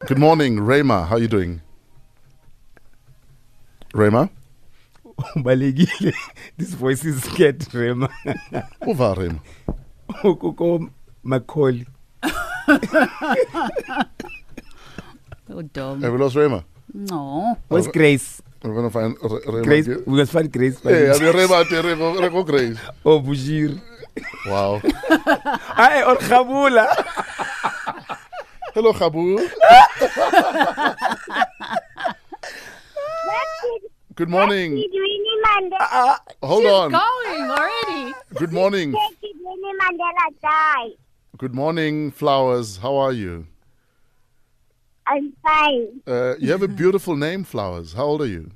Good morning, Rayma. How are you doing? Rayma? ubalekile this voice is scared rema Uva Rayma. ukuko makholi Oh, dumb. Uh, Have we lost Rayma? No. where's grace We're going to find R- Rayma. grace Yeah, we must find grace yeah, yeah, Rayma, yeah, Rayma, Rayma, Grace. oh bushir Wow. ay or khabula Hello, Khabu. Good morning. Winnie Mandela, Hold um, She's on. going already. Good morning. did Winnie Mandela die? Good morning, Flowers. How are you? I'm fine. Uh, you have a beautiful name, Flowers. How old are you?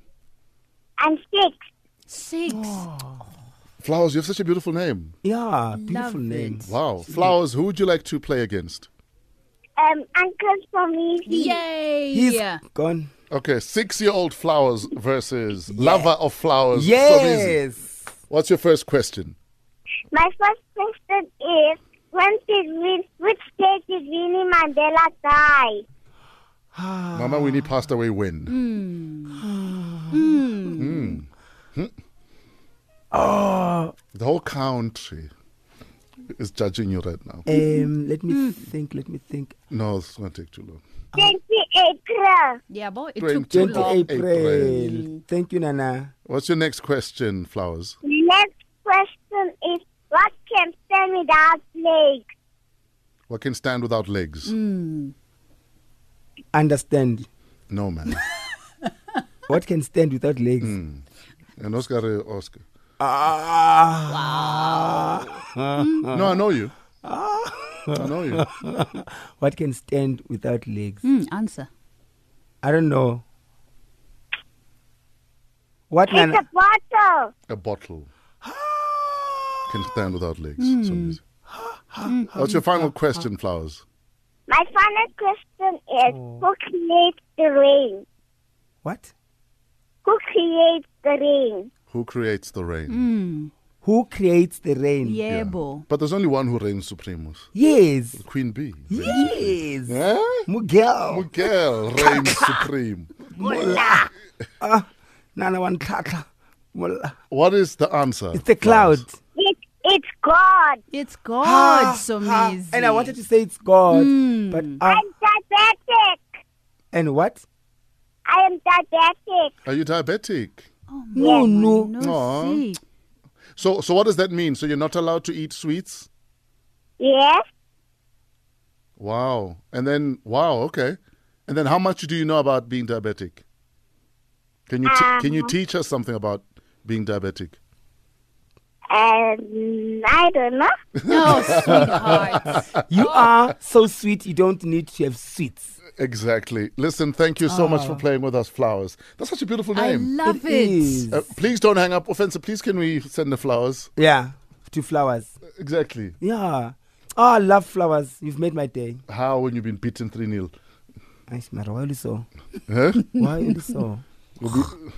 I'm six. Six. Oh. Flowers, you have such a beautiful name. yeah beautiful Love name it. Wow. Flowers, who would you like to play against? Um, uncle's for me. Yay. he's gone Okay, six year old Flowers versus Lover of Flowers. So easy. yes What's your first question? My first question is, when did we, which day did Winnie Mandela die? Mama Winnie passed away when? Oh, The whole country is judging you right now. Mm. um let me think let me think No, it's going to take too long. 20 April. Yeah, boy, it took too 28. Twenty long. April thank you Nana What's your next question, Flowers? The next question is, what can stand without legs? What can stand without legs? understand No, man. what can stand without legs Mm. And Oscar, uh, Oscar. ah No, I know you. I know you. what can stand without legs Hmm, answer. I don't know what It's Nana a bottle. A bottle can stand without legs. So easy. What's your final question, Flowers? My final question is, who creates the rain? what Who creates the rain? Who creates the rain? who creates the rain Hmm. Yeah, boy. But there's only one who reigns supremos. yes Queen Bee. yes Eh? Miguel Miguel reigns supreme. Nana Wantlata Mola What is the answer? it's the cloud Flowers? It, it's God. It's God, so Hmm. Ah, easy. and I wanted to say it's God but ah, I'm diabetic. and what I am diabetic. Are you diabetic? no no Oh, No, Aw. see. So, so what does that mean? So you're not allowed to eat sweets? Yes, Wow. And then, wow, okay. And then, how much do you know about being diabetic? Can you t- can you teach us something about being diabetic? and I don't know. No, sweetheart. you are so sweet you don't need to have sweets Exactly. Listen, thank you so much for playing with us, flowers. That's such a beautiful I name. love it. is. Uh, please don't hang up, offensive. Please, can we send the flowers? yeah to flowers Exactly. yeah oh I love flowers you've made my day How when you've been beaten three 0 Nice, Mara, why are you so huh? why are you so We'll be-